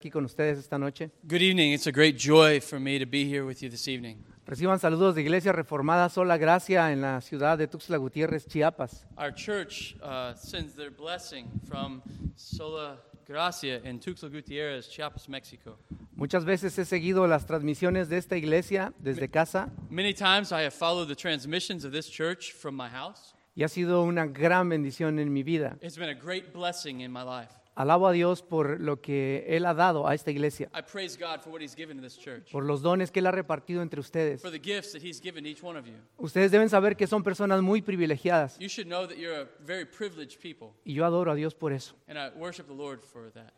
aquí con ustedes esta noche. Good evening. It's a great joy for me to be here with you this evening. Reciban saludos de Iglesia Reformada Sola Gracia en la ciudad de Tuxtla Gutiérrez, Chiapas. Our church uh, sends their blessing from Sola Gracia in Tuxtla Gutierrez, Chiapas, Mexico. Muchas veces he seguido las transmisiones de esta iglesia desde casa Many times I have followed the transmissions of this church from my house. y ha sido una gran bendición en mi vida. It's been a great blessing in my life. Alabo a Dios por lo que Él ha dado a esta iglesia, I praise God for what He's given to this church, por los dones que Él ha repartido entre ustedes. for the gifts that He's given to each one of you. Ustedes deben saber que son personas muy privilegiadas You should know that you're a very privileged people, y yo adoro a Dios por eso. and I worship the Lord for that.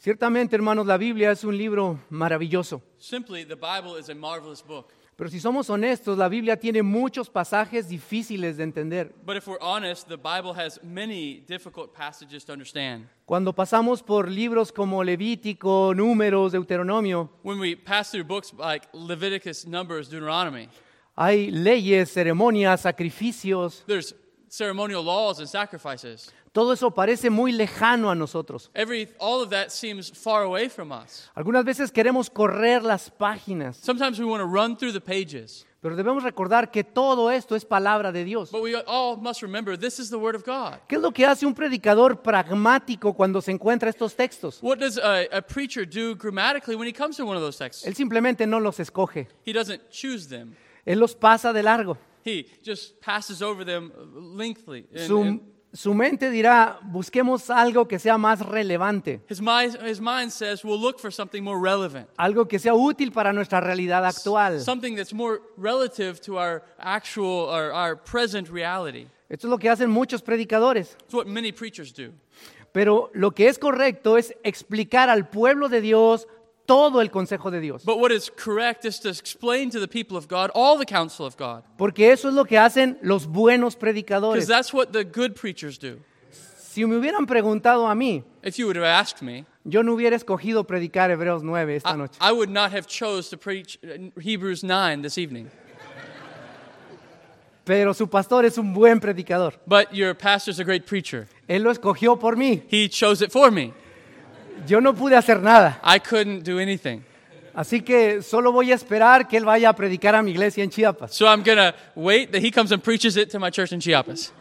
Ciertamente, hermanos, la Biblia es un libro maravilloso, Simply, the Bible is a marvelous book. pero si somos honestos, la Biblia tiene muchos pasajes difíciles de entender. But if we're honest, the Bible has many difficult passages to understand. Cuando pasamos por libros como Levítico, Números, Deuteronomio, When we pass through books like Leviticus, Numbers, Deuteronomy, hay leyes, ceremonias, sacrificios. there's ceremonial laws and sacrifices. Todo eso parece muy lejano a nosotros. Every, all of that seems far away from us. Algunas veces queremos correr las páginas, Sometimes we want to run through the pages, pero debemos recordar que todo esto es palabra de Dios. but we all must remember this is the Word of God. ¿Qué es lo que hace un predicador pragmático cuando se encuentra estos textos? What does a, a preacher do grammatically when he comes to one of those texts? Él simplemente no los escoge, He doesn't choose them. él los pasa de largo. He just passes over them lengthily. And- Su, and su mente dirá, busquemos algo que sea más relevante, his, mind, his mind says, we'll look for something more relevant. algo que sea útil para nuestra realidad actual. something that's more relative to our actual or our present reality. Esto es lo que hacen muchos predicadores. It's what many preachers do. Pero lo que es correcto es explicar al pueblo de Dios todo el consejo de Dios. But what is correct is to explain to the people of God all the counsel of God, Porque eso es lo que hacen los buenos because predicadores. that's what the good preachers do. Si me hubieran preguntado a mí, If you would have asked me, yo no hubiera escogido predicar Hebreos 9 esta I, noche. I would not have chose to preach uh, Hebrews 9 this evening. Pero su pastor es un buen predicador. But your pastor's a great preacher. Él lo escogió por mí. He chose it for me. Yo no pude hacer nada. I couldn't do anything. Así que solo voy a esperar que él vaya a predicar a mi iglesia en Chiapas. So I'm going to wait that he comes and preaches it to my church in Chiapas.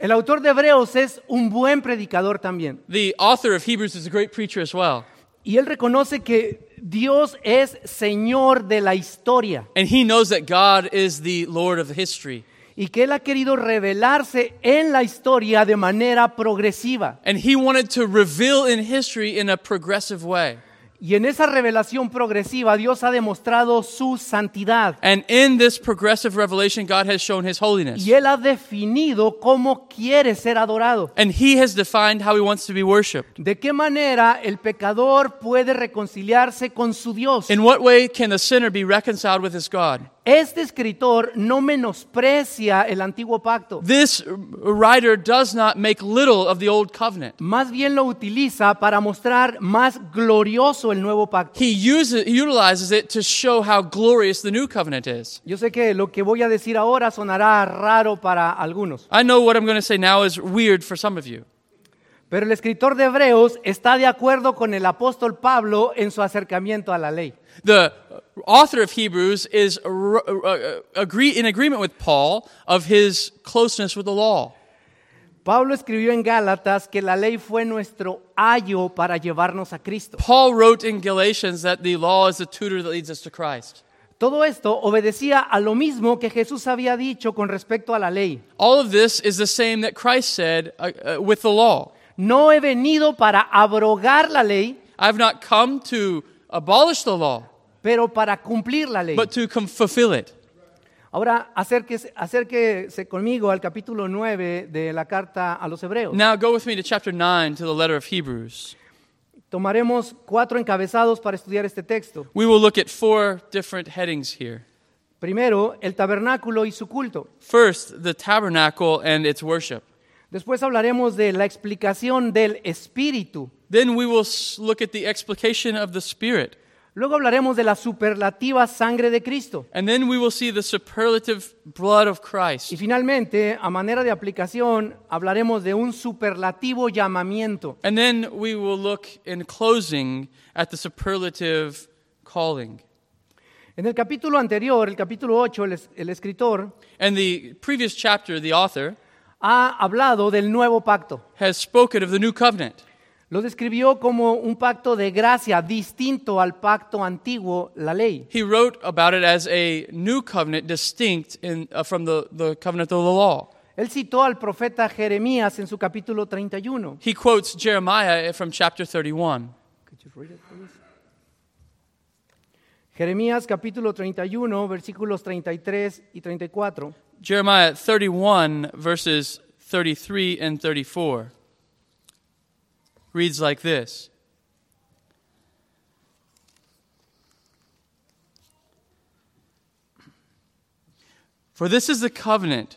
El autor de Hebreos es un buen predicador también. The author of Hebrews is a great preacher as well. Y él reconoce que Dios es Señor de la historia And he knows that God is the Lord of history. y que él ha querido revelarse en la historia de manera progresiva. And he wanted to reveal in history in a progressive way. Y en esa revelación progresiva Dios ha demostrado su santidad And in this progressive revelation, God has shown his holiness. y él ha definido cómo quiere ser adorado. And he has defined how he wants to be worshiped. ¿De qué manera el pecador puede reconciliarse con su Dios? In what way can the sinner be reconciled with his God? Este escritor no menosprecia el antiguo pacto, This writer does not make little of the old covenant. más bien lo utiliza para mostrar más glorioso el nuevo pacto. He uses, he utilizes it to show how glorious the new covenant is. Yo sé que lo que voy a decir ahora sonará raro para algunos, I know what I'm going to say now is weird for some of you. pero el escritor de Hebreos está de acuerdo con el apóstol Pablo en su acercamiento a la ley. The author of Hebrews is uh, uh, agree, in agreement with Paul of his closeness with the law. Pablo escribió en Gálatas que la ley fue nuestro ayo para llevarnos a Cristo. Paul wrote in Galatians that the law is the tutor that leads us to Christ. Todo esto obedecía a lo mismo que Jesús había dicho con respecto a la ley. All of this is the same that Christ said uh, uh, with the law. No he venido para abrogar la ley, I've not come to abolish the law, pero para cumplir la ley. but to com- fulfill it. Ahora acérquese, acérquese conmigo al capítulo 9 de la carta a los hebreos. Now go with me to chapter 9 to the letter of Hebrews. Tomaremos cuatro encabezados para estudiar este texto. We will look at four different headings here. Primero, el tabernáculo y su culto. First, the tabernacle and its worship. Después hablaremos de la explicación del espíritu. Then we will s- look at the explication of the Spirit. Luego hablaremos de la superlativa sangre de Cristo. And then we will see the superlative blood of Christ. Y finalmente, a manera de aplicación, hablaremos de un superlativo llamamiento. And then we will look in closing at the superlative calling. En el capítulo anterior, el capítulo 8, el, es- el escritor And the previous chapter, the author ha hablado del nuevo pacto. has spoken of the new covenant. Lo describió como un pacto de gracia distinto al pacto antiguo, la ley. He wrote about it as a new covenant distinct in, uh, from the, the covenant of the law. Él citó al profeta Jeremías en su capítulo 31. He quotes Jeremiah from chapter 31. Could you read it, please? Jeremías capítulo 31, versículos 33 y 34. Jeremiah 31, verses 33 and 34, reads like this For this is the covenant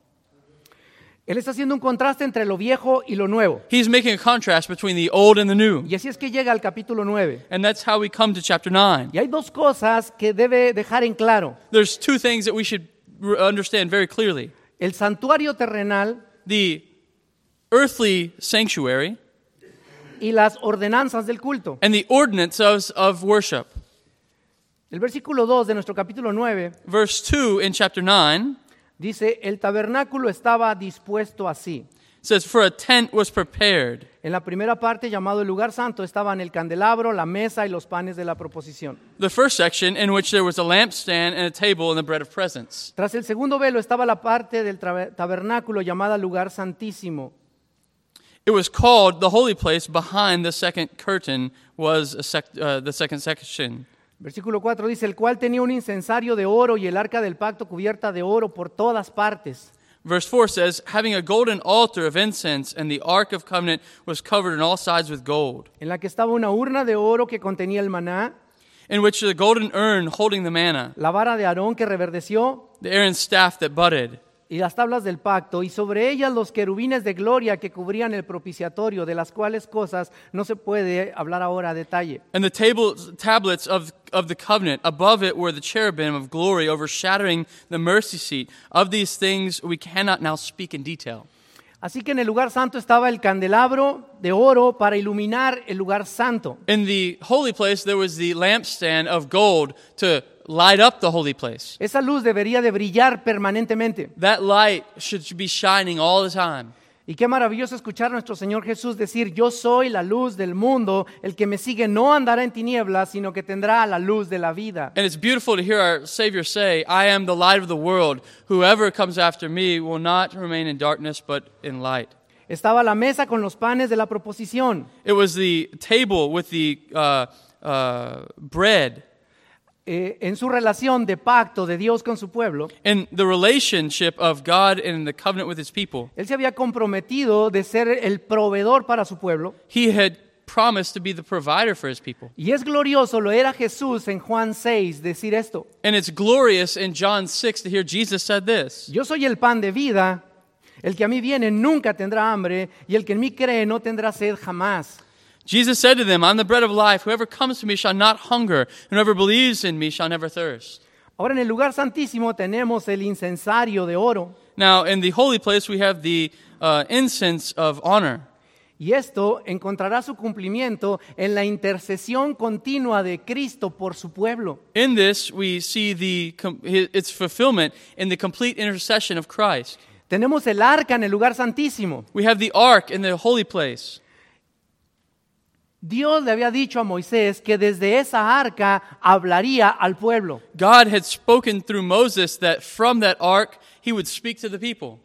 Él está haciendo un contraste entre lo viejo y lo nuevo. He's making a contrast between the old and the new. Y así es que llega al capítulo 9. And that's how we come to chapter 9. Y hay dos cosas que debe dejar en claro. There's two things that we should r- understand very clearly. El santuario terrenal The earthly sanctuary y las ordenanzas del culto. and the ordinances of worship. El versículo 2 de nuestro capítulo 9 Verse 2 in chapter 9 dice, el tabernáculo estaba dispuesto así. says, For a tent was prepared. En la primera parte, llamado el lugar santo, estaban el candelabro, la mesa y los panes de la proposición. The first section, in which there was a lampstand and a table and the bread of presence. Tras el segundo velo estaba la parte del tra- tabernáculo llamada lugar santísimo. It was called the holy place behind the second curtain, was a sec- uh, the second section. Versículo 4 dice, el cual tenía un incensario de oro y el arca del pacto cubierta de oro por todas partes. Verse 4 says, Having a golden altar of incense, and the ark of covenant was covered on all sides with gold. en la que estaba una urna de oro que contenía el maná, in which the golden urn holding the manna, la vara de Aarón que reverdeció the Aaron's staff that budded, y las tablas del pacto, y sobre ellas los querubines de gloria que cubrían el propiciatorio, de las cuales cosas no se puede hablar ahora a detalle. and the tables, tablets of, of the covenant. Above it were the cherubim of glory overshadowing the mercy seat. Of these things we cannot now speak in detail. Así que en el lugar santo estaba el candelabro de oro para iluminar el lugar santo. In the holy place, there was the lampstand of gold to light up the holy place. Esa luz debería de brillar permanentemente. That light should be shining all the time. Y qué maravilloso escuchar a nuestro Señor Jesús decir, yo soy la luz del mundo, el que me sigue no andará en tinieblas, sino que tendrá la luz de la vida. And it's beautiful to hear our Savior say, I am the light of the world. Whoever comes after me will not remain in darkness, but in light. Estaba la mesa con los panes de la proposición. It was the table with the uh, uh, bread eh, en su relación de pacto de Dios con su pueblo, and the relationship of God and the covenant with his people. él se había comprometido de ser el proveedor para su pueblo. He had promised to be the provider for his people. Y es glorioso, lo era Jesús en Juan 6 decir esto, And it's glorious in John 6 to hear Jesus said this yo soy el pan de vida, el que a mí viene nunca tendrá hambre y el que en mí cree no tendrá sed jamás. Jesus said to them, I'm the bread of life. Whoever comes to me shall not hunger, and whoever believes in me shall never thirst. Ahora en el lugar santísimo tenemos el incensario de oro Now, in the holy place, we have the uh, incense of honor. y esto encontrará su cumplimiento en la intercesión continua de Cristo por su pueblo. In this, we see the, com- hi- its fulfillment in the complete intercession of Christ. Tenemos el arca en el lugar santísimo. We have the ark in the holy place. Dios le había dicho a Moisés que desde esa arca hablaría al pueblo. God had spoken through Moses that from that ark he would speak to the people.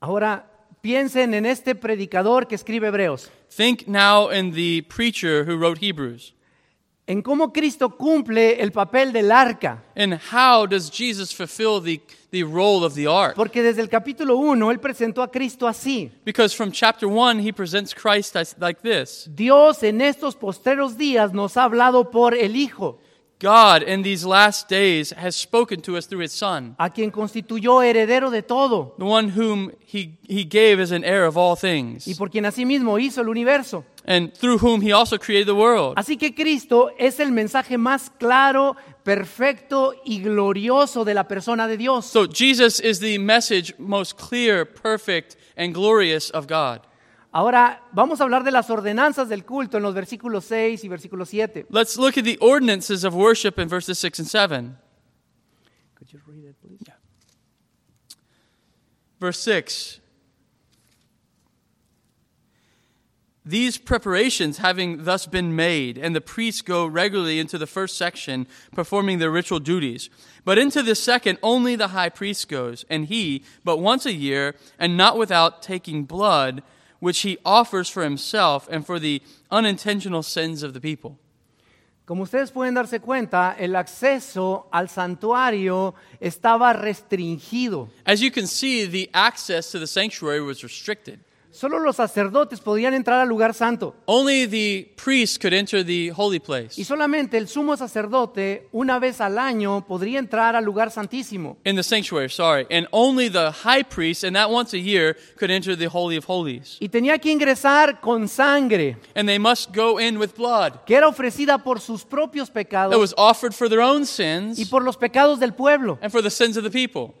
Ahora piensen en este predicador que escribe Hebreos. Think now in the preacher who wrote Hebrews. en cómo Cristo cumple el papel del arca. And how does Jesus fulfill the, the role of the ark? Porque desde el capítulo 1 Él presentó a Cristo así. Because from chapter 1, he presents Christ as, like this Dios en estos posteros días nos ha hablado por el Hijo, God, in these last days, has spoken to us through his Son, a quien constituyó heredero de todo the one whom he, he gave as an heir of all y things, por quien asimismo hizo el universo. and through whom he also created the world. Así que Cristo es el mensaje más claro, perfecto y glorioso de la persona de Dios. So Jesus is the message most clear, perfect, and glorious of God. Ahora vamos a hablar de las ordenanzas del culto en los versículos 6 y versículo 7. Let's look at the ordinances of worship in verses 6 and 7. Verse 6 These preparations having thus been made, and the priests go regularly into the first section, performing their ritual duties. But into the second, only the high priest goes, and he, but once a year, and not without taking blood, which he offers for himself and for the unintentional sins of the people. Como ustedes pueden darse cuenta, el acceso al santuario estaba restringido. As you can see, the access to the sanctuary was restricted. Solo los sacerdotes podían entrar al lugar santo Only the priests could enter the holy place. y solamente el sumo sacerdote una vez al año podría entrar al lugar santísimo. In the sanctuary, sorry. And only the high priest, and that once a year, could enter the Holy of Holies. Y tenía que ingresar con sangre And they must go in with blood que era ofrecida por sus propios that pecados was offered for their own y sins por los pecados del pueblo. and for the sins of the people.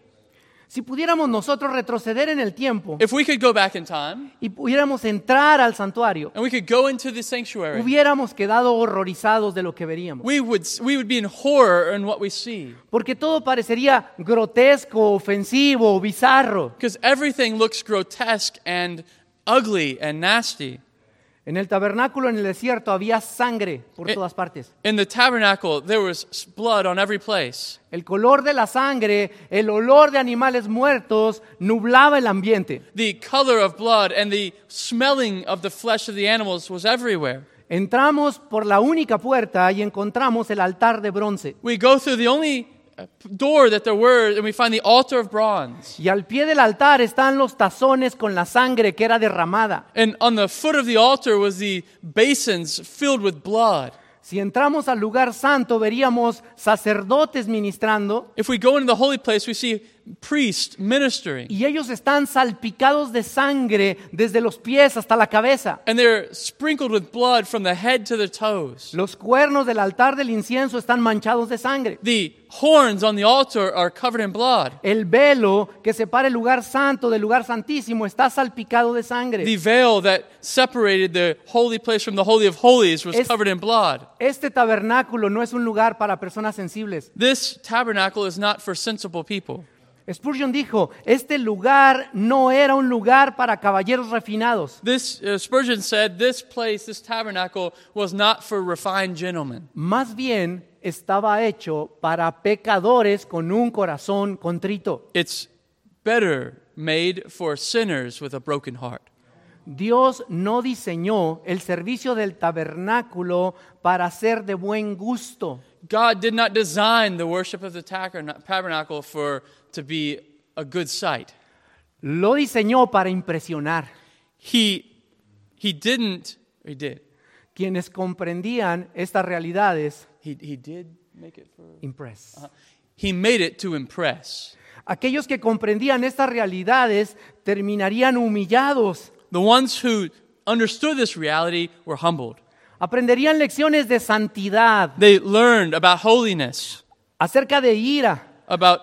Si pudiéramos nosotros retroceder en el tiempo If we could go back in time y pudiéramos entrar al santuario, and we could go into the sanctuary, hubiéramos quedado horrorizados de lo que veríamos. we would, we would be in horror in what we see. Porque todo parecería grotesco, ofensivo, bizarro. Because everything looks grotesque and ugly and nasty. En el tabernáculo en el desierto había sangre por Eh. todas partes. In the tabernacle, there was s- blood on every place. El color de la sangre, el olor de animales muertos nublaba el ambiente. The color of blood and the smelling of the flesh of the animals was everywhere. Entramos por la única puerta y encontramos el altar de bronce. We go through the only uh, door that there were, and we find the altar of bronze. Y al pie del altar están los tazones con la sangre que era derramada. And on the foot of the altar was the basins filled with blood. Si entramos al lugar santo veríamos sacerdotes ministrando If we go into the holy place, we see priests ministering, y ellos están salpicados de sangre desde los pies hasta la cabeza. and they're sprinkled with blood from the head to the toes. Los cuernos del altar del incienso están manchados de sangre. The horns on the altar are covered in blood. El velo que separa el lugar santo del lugar santísimo está salpicado de sangre. The veil that separated the holy place from the holy of holies was Es- covered in blood. Este tabernáculo no es un lugar para personas sensibles. This tabernacle is not for sensible people. Spurgeon dijo, este lugar no era un lugar para caballeros refinados. This uh, Spurgeon said this place, this tabernacle, was not for refined gentlemen. Más bien estaba hecho para pecadores con un corazón contrito. It's better made for sinners with a broken heart. Dios no diseñó el servicio del tabernáculo para ser de buen gusto. God did not design the worship of the taberna- tabernacle for to be a good sight. Lo diseñó para impresionar. He he didn't. He did. Quienes comprendían estas realidades, He he did make it for. impress. He made it to impress. Aquellos que comprendían estas realidades terminarían humillados, The ones who understood this reality were humbled. aprenderían lecciones de santidad, They learned about holiness, acerca de ira, about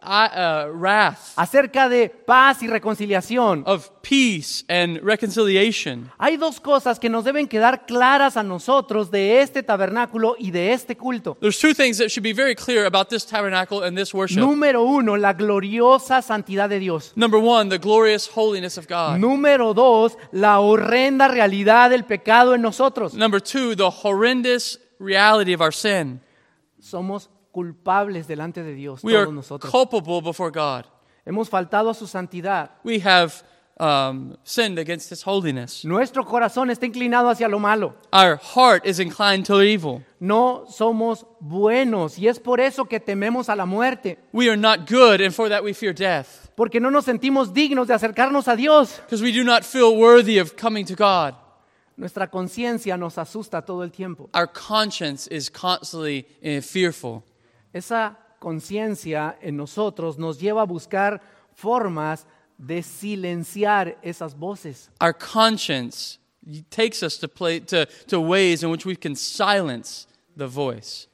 uh, wrath, acerca de paz y reconciliación. of peace and reconciliation. Hay dos cosas que nos deben quedar claras a nosotros de este tabernáculo y de este culto. There's two things that should be very clear about this tabernacle and this worship. Número uno, la gloriosa santidad de Dios. Number one, the glorious holiness of God. Número dos, la horrenda realidad del pecado en nosotros. Number two, the horrendous reality of our sin. somos culpables delante de Dios We todos are nosotros. culpable before God. Hemos faltado a su santidad. We have um, sinned against His holiness. Nuestro corazón está inclinado hacia lo malo. Our heart is inclined to evil. No somos buenos y es por eso que tememos a la muerte, We are not good, and for that we fear death, porque no nos sentimos dignos de acercarnos a Dios. because we do not feel worthy of coming to God. Nuestra conciencia nos asusta todo el tiempo. Our conscience is constantly eh, fearful. Esa conciencia en nosotros nos lleva a buscar formas de silenciar esas voces. Our conscience takes us to, play, to, to ways in which we can silence the voice.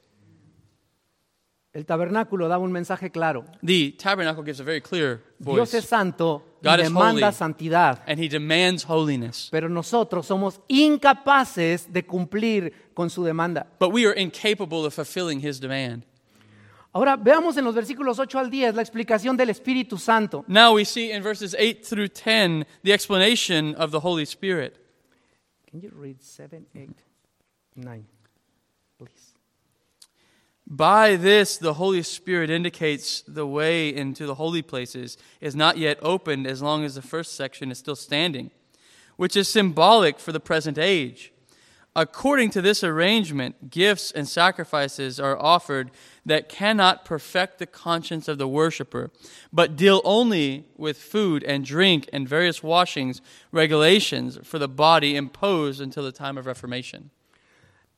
El tabernáculo daba un mensaje claro. The tabernacle gives a very clear Dios es voice, santo y God is demanda holy. santidad, and He demands holiness. pero nosotros somos incapaces de cumplir con su demanda. But we are incapable of fulfilling His demand. Ahora veamos en los versículos 8 al 10 la explicación del Espíritu Santo. Now we see in verses 8 through 10 the explanation of the Holy Spirit. Can you read 7, 8, 9, please? By this, the Holy Spirit indicates the way into the holy places is not yet opened as long as the first section is still standing, which is symbolic for the present age. According to this arrangement, gifts and sacrifices are offered that cannot perfect the conscience of the worshiper, but deal only with food and drink and various washings, regulations for the body imposed until the time of Reformation.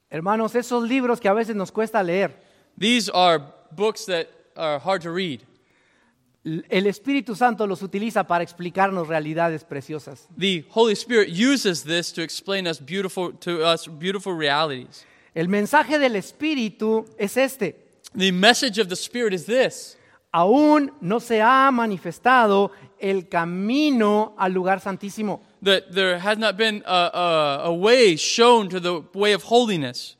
Hermanos, esos libros que a veces nos cuesta leer, These are books that are hard to read. l- el Espíritu Santo los utiliza para explicarnos realidades preciosas. The Holy Spirit uses this to explain us beautiful to us beautiful realities. El mensaje del Espíritu es este. The message of the Spirit is this: Aún no se ha manifestado el camino al lugar santísimo. that there has not been a, a, a way shown to the way of holiness.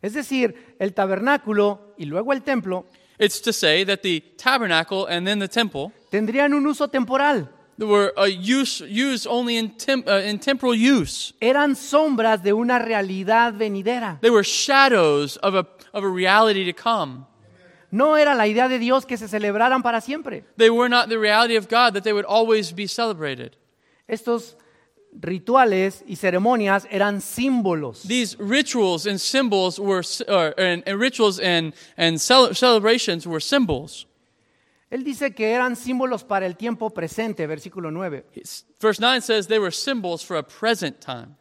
Es decir, el tabernáculo y luego el templo It's to say that the tabernacle and then the temple tendrían un uso temporal. were uh, use, used only in, tem- uh, in temporal use. Eran sombras de una realidad venidera. They were shadows of a, of a reality to come. No era la idea de Dios que se celebraran para siempre. They were not the reality of God that they would always be celebrated. Estos rituales y ceremonias eran símbolos. These rituals and symbols were, or, and, and rituals and, and cele- celebrations were symbols. Él dice que eran símbolos para el tiempo presente, versículo 9. It's- Verse 9 says they were symbols for a present time.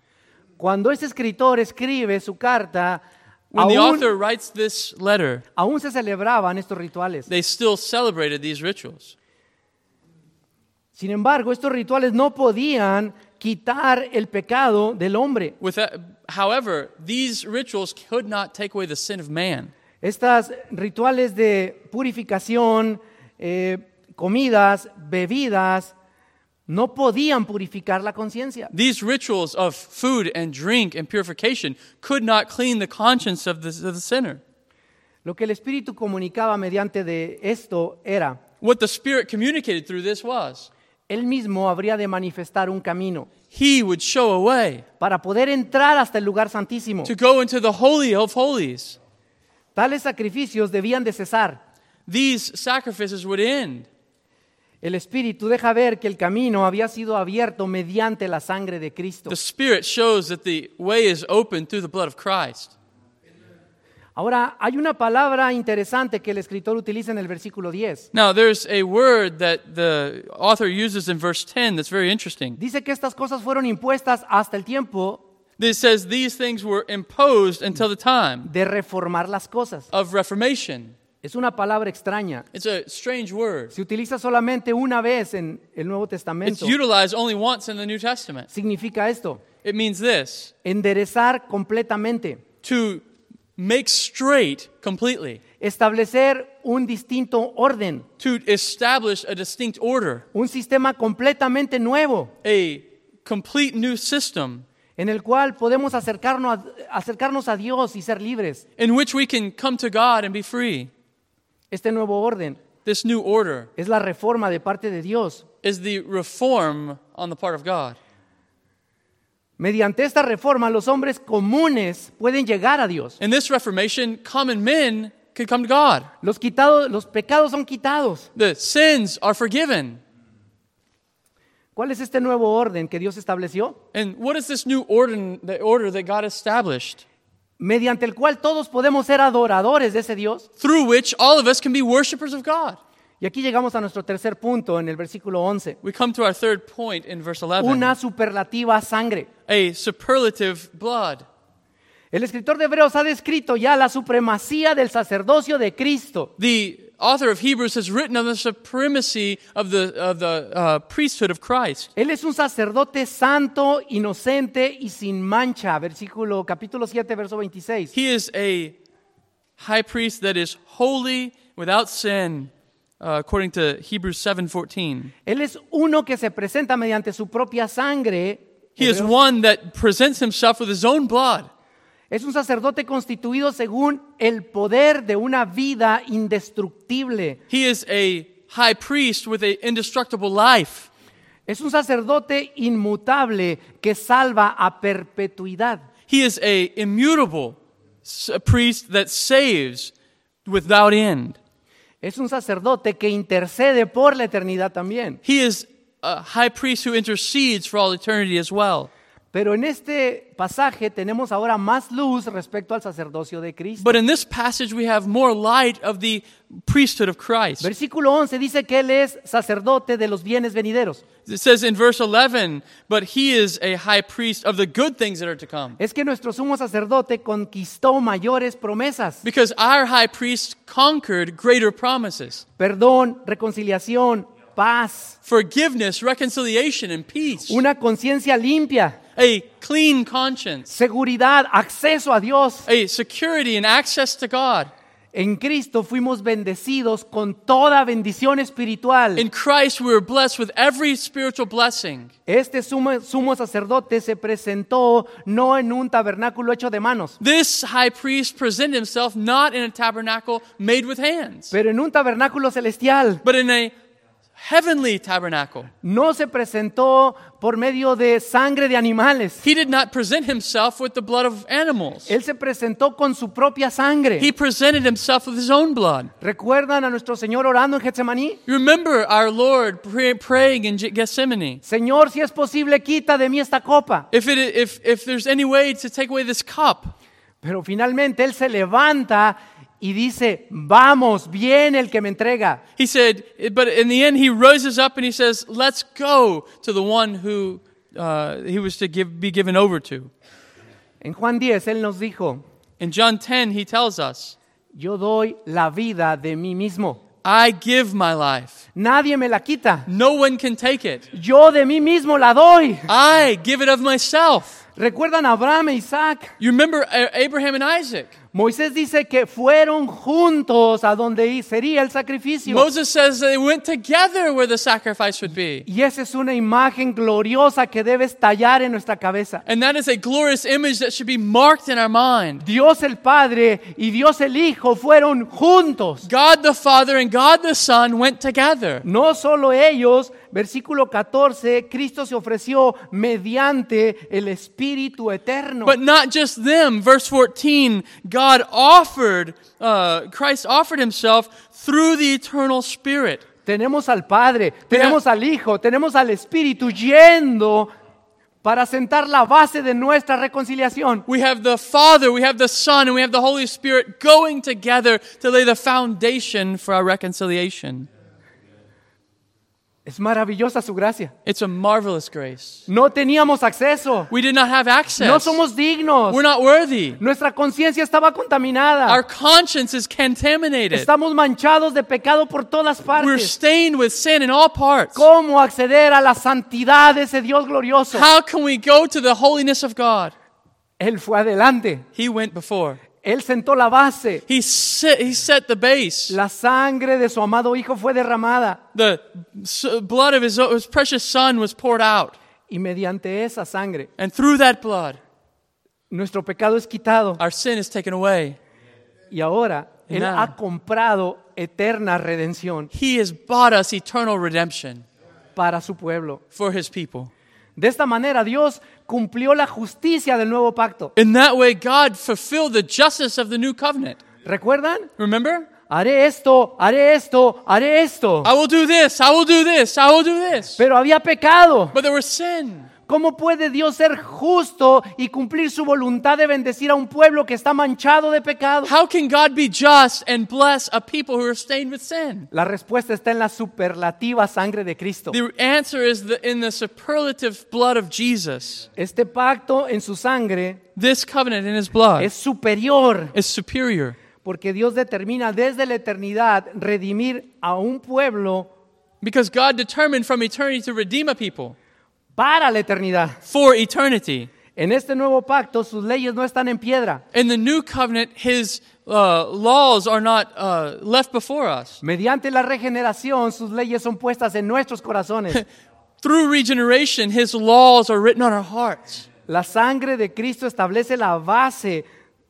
Cuando ese escritor escribe su carta, When the aún, author writes this letter, aún se celebraban estos rituales. they still celebrated these rituals. Sin embargo, estos rituales no podían quitar el pecado del hombre. With that, however, these rituals could not take away the sin of man. Estos rituales de purificación, eh, comidas, bebidas, no podían purificar la conciencia. These rituals of food and drink and purification could not clean the conscience of the, of the sinner. Lo que el Espíritu comunicaba mediante de esto era, What the Spirit communicated through this was Él mismo habría de manifestar un camino He would show a way. para poder entrar hasta el lugar santísimo. to go into the holy of holies. Tales sacrificios debían de cesar. These sacrifices would end. El Espíritu deja ver que el camino había sido abierto mediante la sangre de Cristo. The Spirit shows that the way is open through the blood of Christ. Ahora, hay una palabra interesante que el escritor utiliza en el versículo 10. Now, there's a word that the author uses in verse 10 that's very interesting. Dice que estas cosas fueron impuestas hasta el tiempo This says, These things were imposed until the time de reformar las cosas. of Reformation. Es una palabra extraña. It's a strange word. Se utiliza solamente una vez en el Nuevo It's Testamento. utilized only once in the New Testament. Significa esto, It means this enderezar completamente, to make straight completely, establecer un distinto orden, to establish a distinct order, un sistema completamente nuevo a complete new system en el cual podemos acercarnos a, acercarnos a Dios y ser libres. in which we can come to God and be free. Este nuevo orden This new order es la reforma de parte de Dios. is the reform on the part of God. Mediante esta reforma, los hombres comunes pueden llegar a Dios. In this reformation, common men could come to God. Los, quitado- los pecados son quitados. The sins are forgiven. ¿Cuál es este nuevo orden que Dios estableció? And what is this new order, the order that God established Mediante el cual todos podemos ser adoradores de ese Dios. through which all of us can be worshipers of God? Y aquí llegamos a nuestro tercer punto en el versículo 11. We come to our third point in verse 11 Una superlativa sangre. a superlative blood. El escritor de Hebreos ha descrito ya la supremacía del sacerdocio de Cristo. The author of Hebrews has written on the supremacy of the, of the uh, priesthood of Christ. Él es un sacerdote santo, inocente y sin mancha. Versículo capítulo 7, verso 26. He is a high priest that is holy without sin, uh, according to Hebrews 7:14. Él es uno que se presenta mediante su propia sangre. He is Hebreos- one that presents himself with his own blood. Es un sacerdote constituido según el poder de una vida indestructible. He is a high priest with an indestructible life. Es un sacerdote inmutable que salva a perpetuidad. He is a immutable s- priest that saves without end. Es un sacerdote que intercede por la eternidad también. He is a high priest who intercedes for all eternity as well. Pero en este pasaje tenemos ahora más luz respecto al sacerdocio de Cristo. But in this passage, we have more light of the priesthood of Christ. Versículo 11 dice que Él es sacerdote de los bienes venideros. It says in verse 11, but he is a high priest of the good things that are to come. Es que nuestro sumo sacerdote conquistó mayores promesas. Because our high priest conquered greater promises Perdón, reconciliación, paz, forgiveness, reconciliation, and peace. una conciencia limpia, A clean conscience, seguridad, acceso a Dios. a security and access to God. En Cristo fuimos bendecidos con toda bendición espiritual. In Christ, we were blessed with every spiritual blessing. Este sumo, sumo sacerdote se presentó no en un tabernáculo hecho de manos, This high priest presented himself not in a tabernacle made with hands, pero en un tabernáculo celestial. but in a heavenly tabernacle. No se presentó por medio de sangre de animales. He did not present himself with the blood of animals. Él se presentó con su propia He sangre. presented himself with his own blood. ¿Recuerdan a nuestro Señor orando en Getsemaní? You Remember our Lord pray, praying in Ge- Gethsemane. Señor, si es posible, quita de mí esta copa. If, it, if, if there's any way to take away this cup, Pero finalmente Él se levanta y dice, vamos, viene el que me entrega. he said, but in the end, he roses up and he says, Let's go to the one who uh, he was to give, be given over to. En Juan 10 Él nos dijo, In John 10, he tells us, yo doy la vida de mí mismo. I give my life. Nadie me la quita. No one can take it. Yo de mí mismo la doy. I give it of myself. ¿Recuerdan a Abraham e Isaac? You remember A- Abraham and Isaac. Moisés dice que fueron juntos a donde i- sería el sacrificio. Moses says they went together where the sacrifice would be. Y esa es una imagen gloriosa que debe estallar en nuestra cabeza. And that is a glorious image that should be marked in our mind. Dios el Padre y Dios el Hijo fueron juntos. God the Father and God the Son went together. No solo ellos, versículo 14, Cristo se ofreció mediante el Espíritu Eterno. But not just them. Verse 14, God offered, uh, Christ offered himself through the eternal Spirit. Tenemos al Padre, tenemos al Hijo, tenemos al Espíritu yendo para sentar la base de nuestra reconciliación. We have the Father, we have the Son, and we have the Holy Spirit going together to lay the foundation for our reconciliation. Es maravillosa su gracia. It's a marvelous grace. No teníamos acceso, We did not have access. no somos dignos, We're not worthy. nuestra conciencia estaba Our contaminada, conscience is contaminated. estamos manchados de pecado por todas We're partes. stained with sin in all parts. ¿Cómo acceder a la santidad de ese Dios glorioso? How can we go to the holiness of God? Él fue adelante, He went before. Él sentó la base, He set, he set the base. la sangre de su amado Hijo fue derramada The s- blood of his, his precious son was poured out. y mediante esa sangre And through that blood, nuestro pecado es quitado. our sin is taken away. Y ahora Él Nada. ha comprado eterna redención He has bought us eternal redemption para su pueblo. for his people. De esta manera Dios cumplió la justicia del nuevo pacto. In that way, God fulfilled the justice of the new covenant. ¿Recuerdan? Remember? haré esto, haré esto, haré esto. I will do this, I will do this, I will do this. Pero había pecado. But there was sin. ¿Cómo puede Dios ser justo y cumplir su voluntad de bendecir a un pueblo que está manchado de pecado? How can God be just and bless a people who are stained with sin? La respuesta está en la superlativa sangre de Cristo. The answer is the, in the superlative blood of Jesus. Este pacto en su sangre This covenant in his blood es superior is superior porque Dios determina desde la eternidad redimir a un pueblo because God determined from eternity to redeem a people para la eternidad. for eternity. En este nuevo pacto sus leyes no están en piedra. In the new covenant, his uh, laws are not uh, left before us. Mediante la regeneración sus leyes son puestas en nuestros corazones. Through regeneration, his laws are written on our hearts. La sangre de Cristo establece la base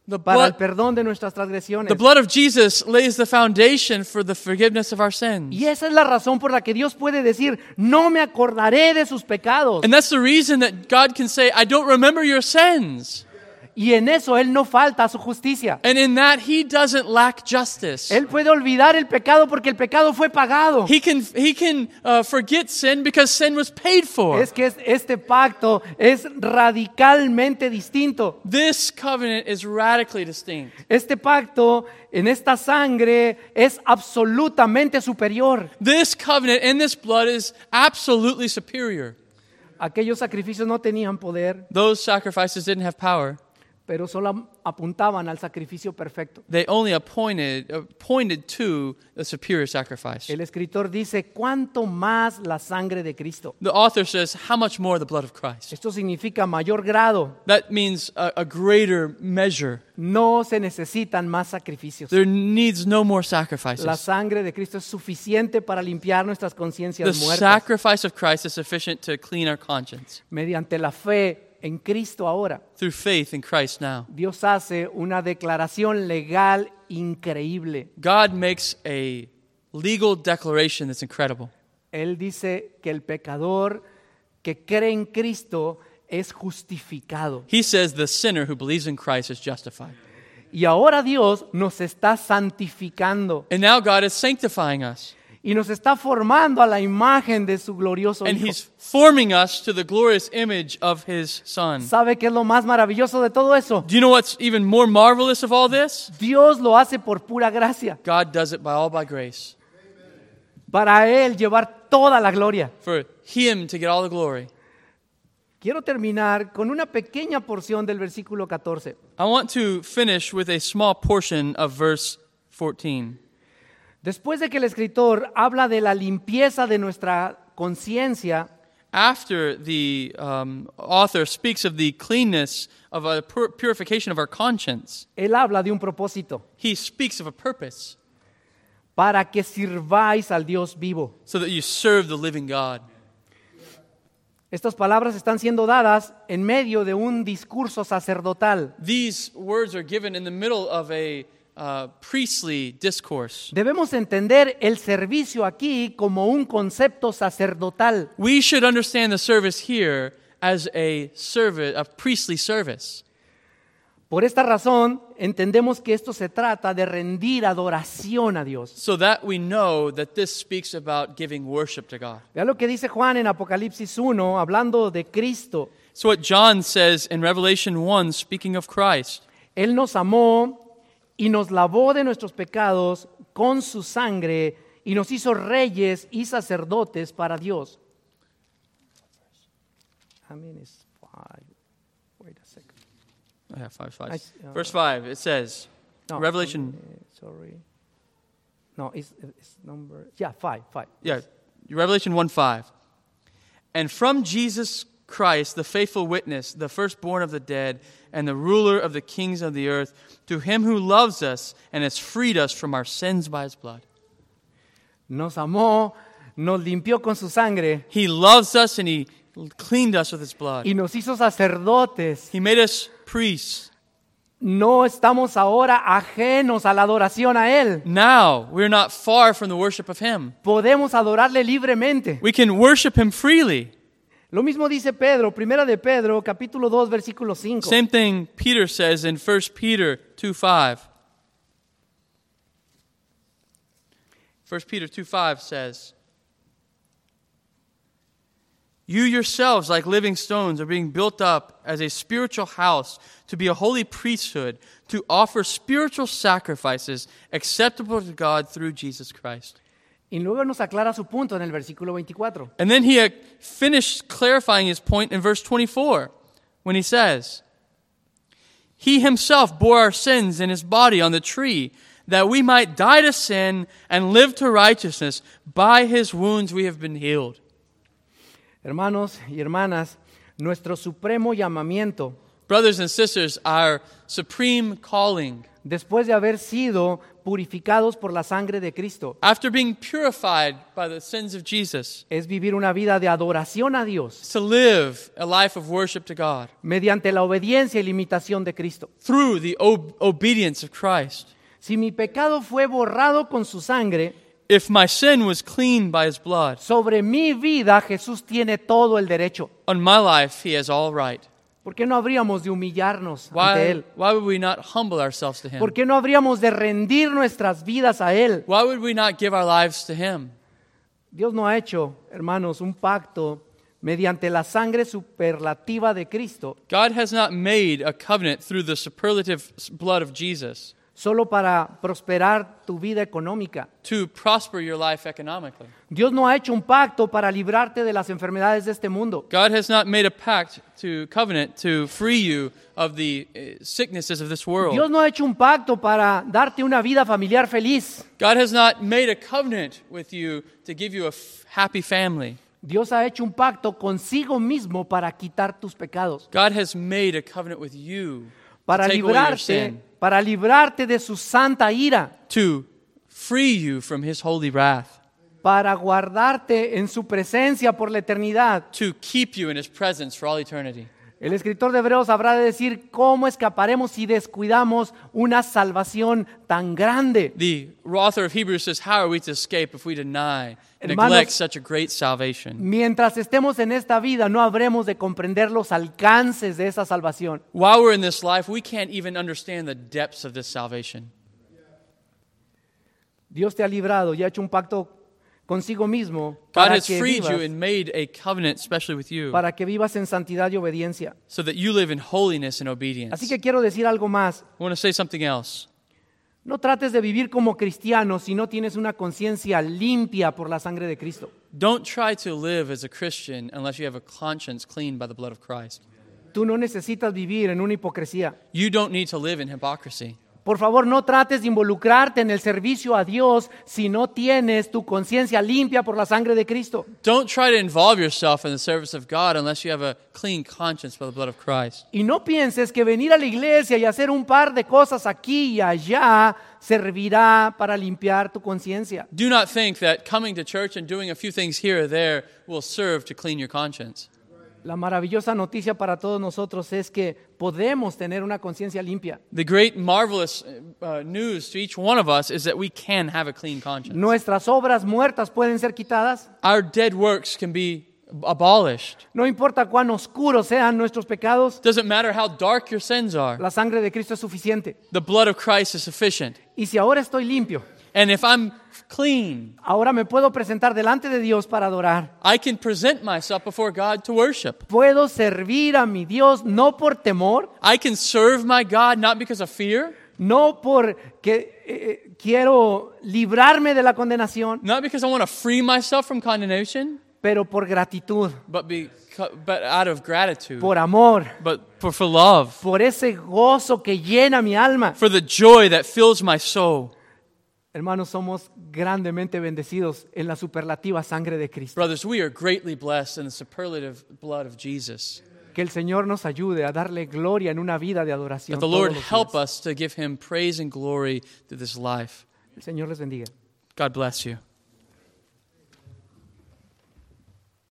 The para blood- el perdón de nuestras transgresiones. The blood of Jesus lays the foundation for the forgiveness of our sins. Y esa es la razón por la que Dios puede decir, no me acordaré de sus pecados. And that's the reason that God can say, I don't remember your sins. Y en eso Él no falta a su justicia. And in that, he doesn't lack justice. Él puede olvidar el pecado porque el pecado fue pagado. He can, he can uh, forget sin because sin was paid for. Es que es- este pacto es radicalmente distinto. This covenant is radically distinct. Este pacto en esta sangre es absolutamente superior. This covenant in this blood is absolutely superior. Aquellos sacrificios no tenían poder, Those sacrifices didn't have power. pero solo apuntaban al sacrificio perfecto. They only appointed, appointed to the superior sacrifice. El escritor dice, ¿cuánto más la sangre de Cristo? The author says, how much more the blood of Christ? Esto significa mayor grado. That means a, a greater measure. No se necesitan más sacrificios. There needs no more La sacrifices. sangre de Cristo es suficiente para limpiar nuestras The conciencias muertas. sacrifice of Christ is sufficient to clean our conscience. Mediante la fe en Cristo ahora, Through faith in Christ now, Dios hace una declaración legal increíble. God makes a legal declaration that's incredible. Él dice que el pecador que cree en Cristo es justificado. He says, The sinner who believes in Christ is justified. Y ahora Dios nos está santificando And now God is sanctifying us, y nos está formando a la imagen de su glorioso and Hijo. He's forming us to the glorious image of His Son. ¿Sabe qué es lo más maravilloso de todo eso? Do you know what's even more marvelous of all this? Dios lo hace por pura gracia, God does it by all by grace. para Él llevar toda la gloria. For Him to get all the glory. Quiero terminar con una pequeña porción del versículo 14. I want to finish with a small portion of verse 14. Después de que el escritor habla de la limpieza de nuestra conciencia, After the um, author speaks of the cleanness of a pur- purification of our conscience, él habla de un propósito, he speaks of a purpose para que sirváis al Dios vivo. so that you serve the living God. Estas palabras están siendo dadas en medio de un discurso sacerdotal. These words are given in the middle of a uh, priestly discourse. Debemos entender el servicio aquí como un concepto sacerdotal. We should understand the service here as a service, a priestly service. Por esta razón, entendemos que esto se trata de rendir adoración a Dios. so that we know that this speaks about giving worship to God. Vea lo que dice Juan en Apocalipsis 1, hablando de Cristo. It's what John says in Revelation 1, speaking of Christ. Él nos amó y nos lavó de nuestros pecados con su sangre y nos hizo reyes y sacerdotes para Dios. I mean, it's five. Wait a second. I have five slides. I- uh, Verse 5, it says, No, Revelation, eh, Sorry. No, it's, it's number. Yeah, five, five. yeah, Revelation 1 5. And from Jesus Christ, the faithful witness, the firstborn of the dead, and the ruler of the kings of the earth, to him who loves us and has freed us from our sins by his blood. Nos amó, nos limpió con su sangre He loves us and he cleaned us with his blood. y nos hizo sacerdotes. He made us priests. No estamos ahora ajenos a la adoración a Él. Now we're not far from the worship of Him. Podemos adorarle libremente. We can worship Him freely. Lo mismo dice Pedro, primera de Pedro, capítulo 2, versículo 5. Same thing Peter says in 1 Peter 2 5. 1 Peter 2 5 says, You yourselves, like living stones, are being built up as a spiritual house to be a holy priesthood, to offer spiritual sacrifices acceptable to God through Jesus Christ. Y luego nos aclara su punto en el versículo 24. And then he uh, finished clarifying his point in verse 24 when he says, He himself bore our sins in his body on the tree, that we might die to sin and live to righteousness. By his wounds we have been healed. Hermanos y hermanas, nuestro supremo llamamiento, Brothers and sisters, our supreme calling, después de haber sido purificados por la sangre de Cristo, after being purified by the sins of Jesus, es vivir una vida de adoración a Dios is to live a life of worship to God mediante la obediencia y la imitación de Cristo. through the ob- obedience of Christ. Si mi pecado fue borrado con su sangre, If my sin was clean by his blood, sobre mi vida Jesús tiene todo el derecho. on my life he has all right. ¿Por qué no habríamos de humillarnos ante Why, Él? why would we not humble ourselves to Him? ¿Por qué no habríamos de rendir nuestras vidas a Él? Why would we not give our lives to Him? Dios no ha hecho, hermanos, un pacto mediante la sangre superlativa de Cristo God has not made a covenant through the superlative s- blood of Jesus solo para prosperar tu vida económica. to prosper your life economically. Dios no ha hecho un pacto para librarte de las enfermedades de este mundo. God has not made a pact to covenant to free you of the uh, sicknesses of this Dios world. no ha hecho un pacto para darte una vida familiar feliz. God has not made a covenant with you to give you a f- happy family. Dios ha hecho un pacto consigo mismo para quitar tus pecados, God has made a covenant with you to para take away your librarte, sin, para librarte de su santa ira, to free you from His holy wrath. para guardarte en su presencia por la eternidad. to keep you in his presence for all eternity. El escritor de Hebreos habrá de decir cómo escaparemos si descuidamos una salvación tan grande. The author of Hebrews says, How are we to escape if we deny, Hermanos- neglect such a great salvation? Mientras estemos en esta vida no habremos de comprender los alcances de esa salvación. While we're in this life, we can't even understand the depths of this salvation. Dios te ha librado y ha hecho un pacto consigo mismo God para has que, freed you vivas, and made a covenant, especially with you, para que vivas en santidad y obediencia. so that you live in holiness and obedience. Así que quiero decir algo más. I want to say something else. No trates de vivir como cristiano si no tienes una conciencia limpia por la sangre de Cristo. Don't try to live as a Christian unless you have a conscience cleaned by the blood of Christ. Tú no necesitas vivir en una hipocresía. You don't need to live in hypocrisy. Por favor, no trates de involucrarte en el servicio a Dios si no tienes tu conciencia limpia por la sangre de Cristo. Don't try to involve yourself in the service of God unless you have a clean conscience by the blood of Christ. Y no pienses que venir a la iglesia y hacer un par de cosas aquí y allá servirá para limpiar tu conciencia. Do not think that coming to church and doing a few things here or there will serve to clean your conscience. La maravillosa noticia para todos nosotros es que podemos tener una conciencia limpia. The great, marvelous uh, news to each one of us is that we can have a clean conscience. Nuestras obras muertas pueden ser quitadas, Our dead works can be abolished. no importa cuán oscuros sean nuestros pecados, Doesn't matter how dark your sins are. la sangre de Cristo es suficiente. The blood of Christ is sufficient. Y si ahora estoy limpio, And if I'm clean, ahora me puedo presentar delante de Dios para adorar. I can present myself before God to worship. Puedo servir a mi Dios no por temor, I can serve my God not because of fear, no porque eh, eh, quiero librarme de la condenación, not because I want to free myself from condemnation, pero por gratitud, but be but out of gratitude. por amor, but for, for love, por ese gozo que llena mi alma. for the joy that fills my soul. Hermanos, somos grandemente bendecidos en la superlativa sangre de Cristo. Brothers, we are greatly blessed in the superlative blood of Jesus. Que el Señor nos ayude a darle gloria en una vida de adoración. That the todos Lord los días. help us to give him praise and glory through this life. El Señor les bendiga. God bless you.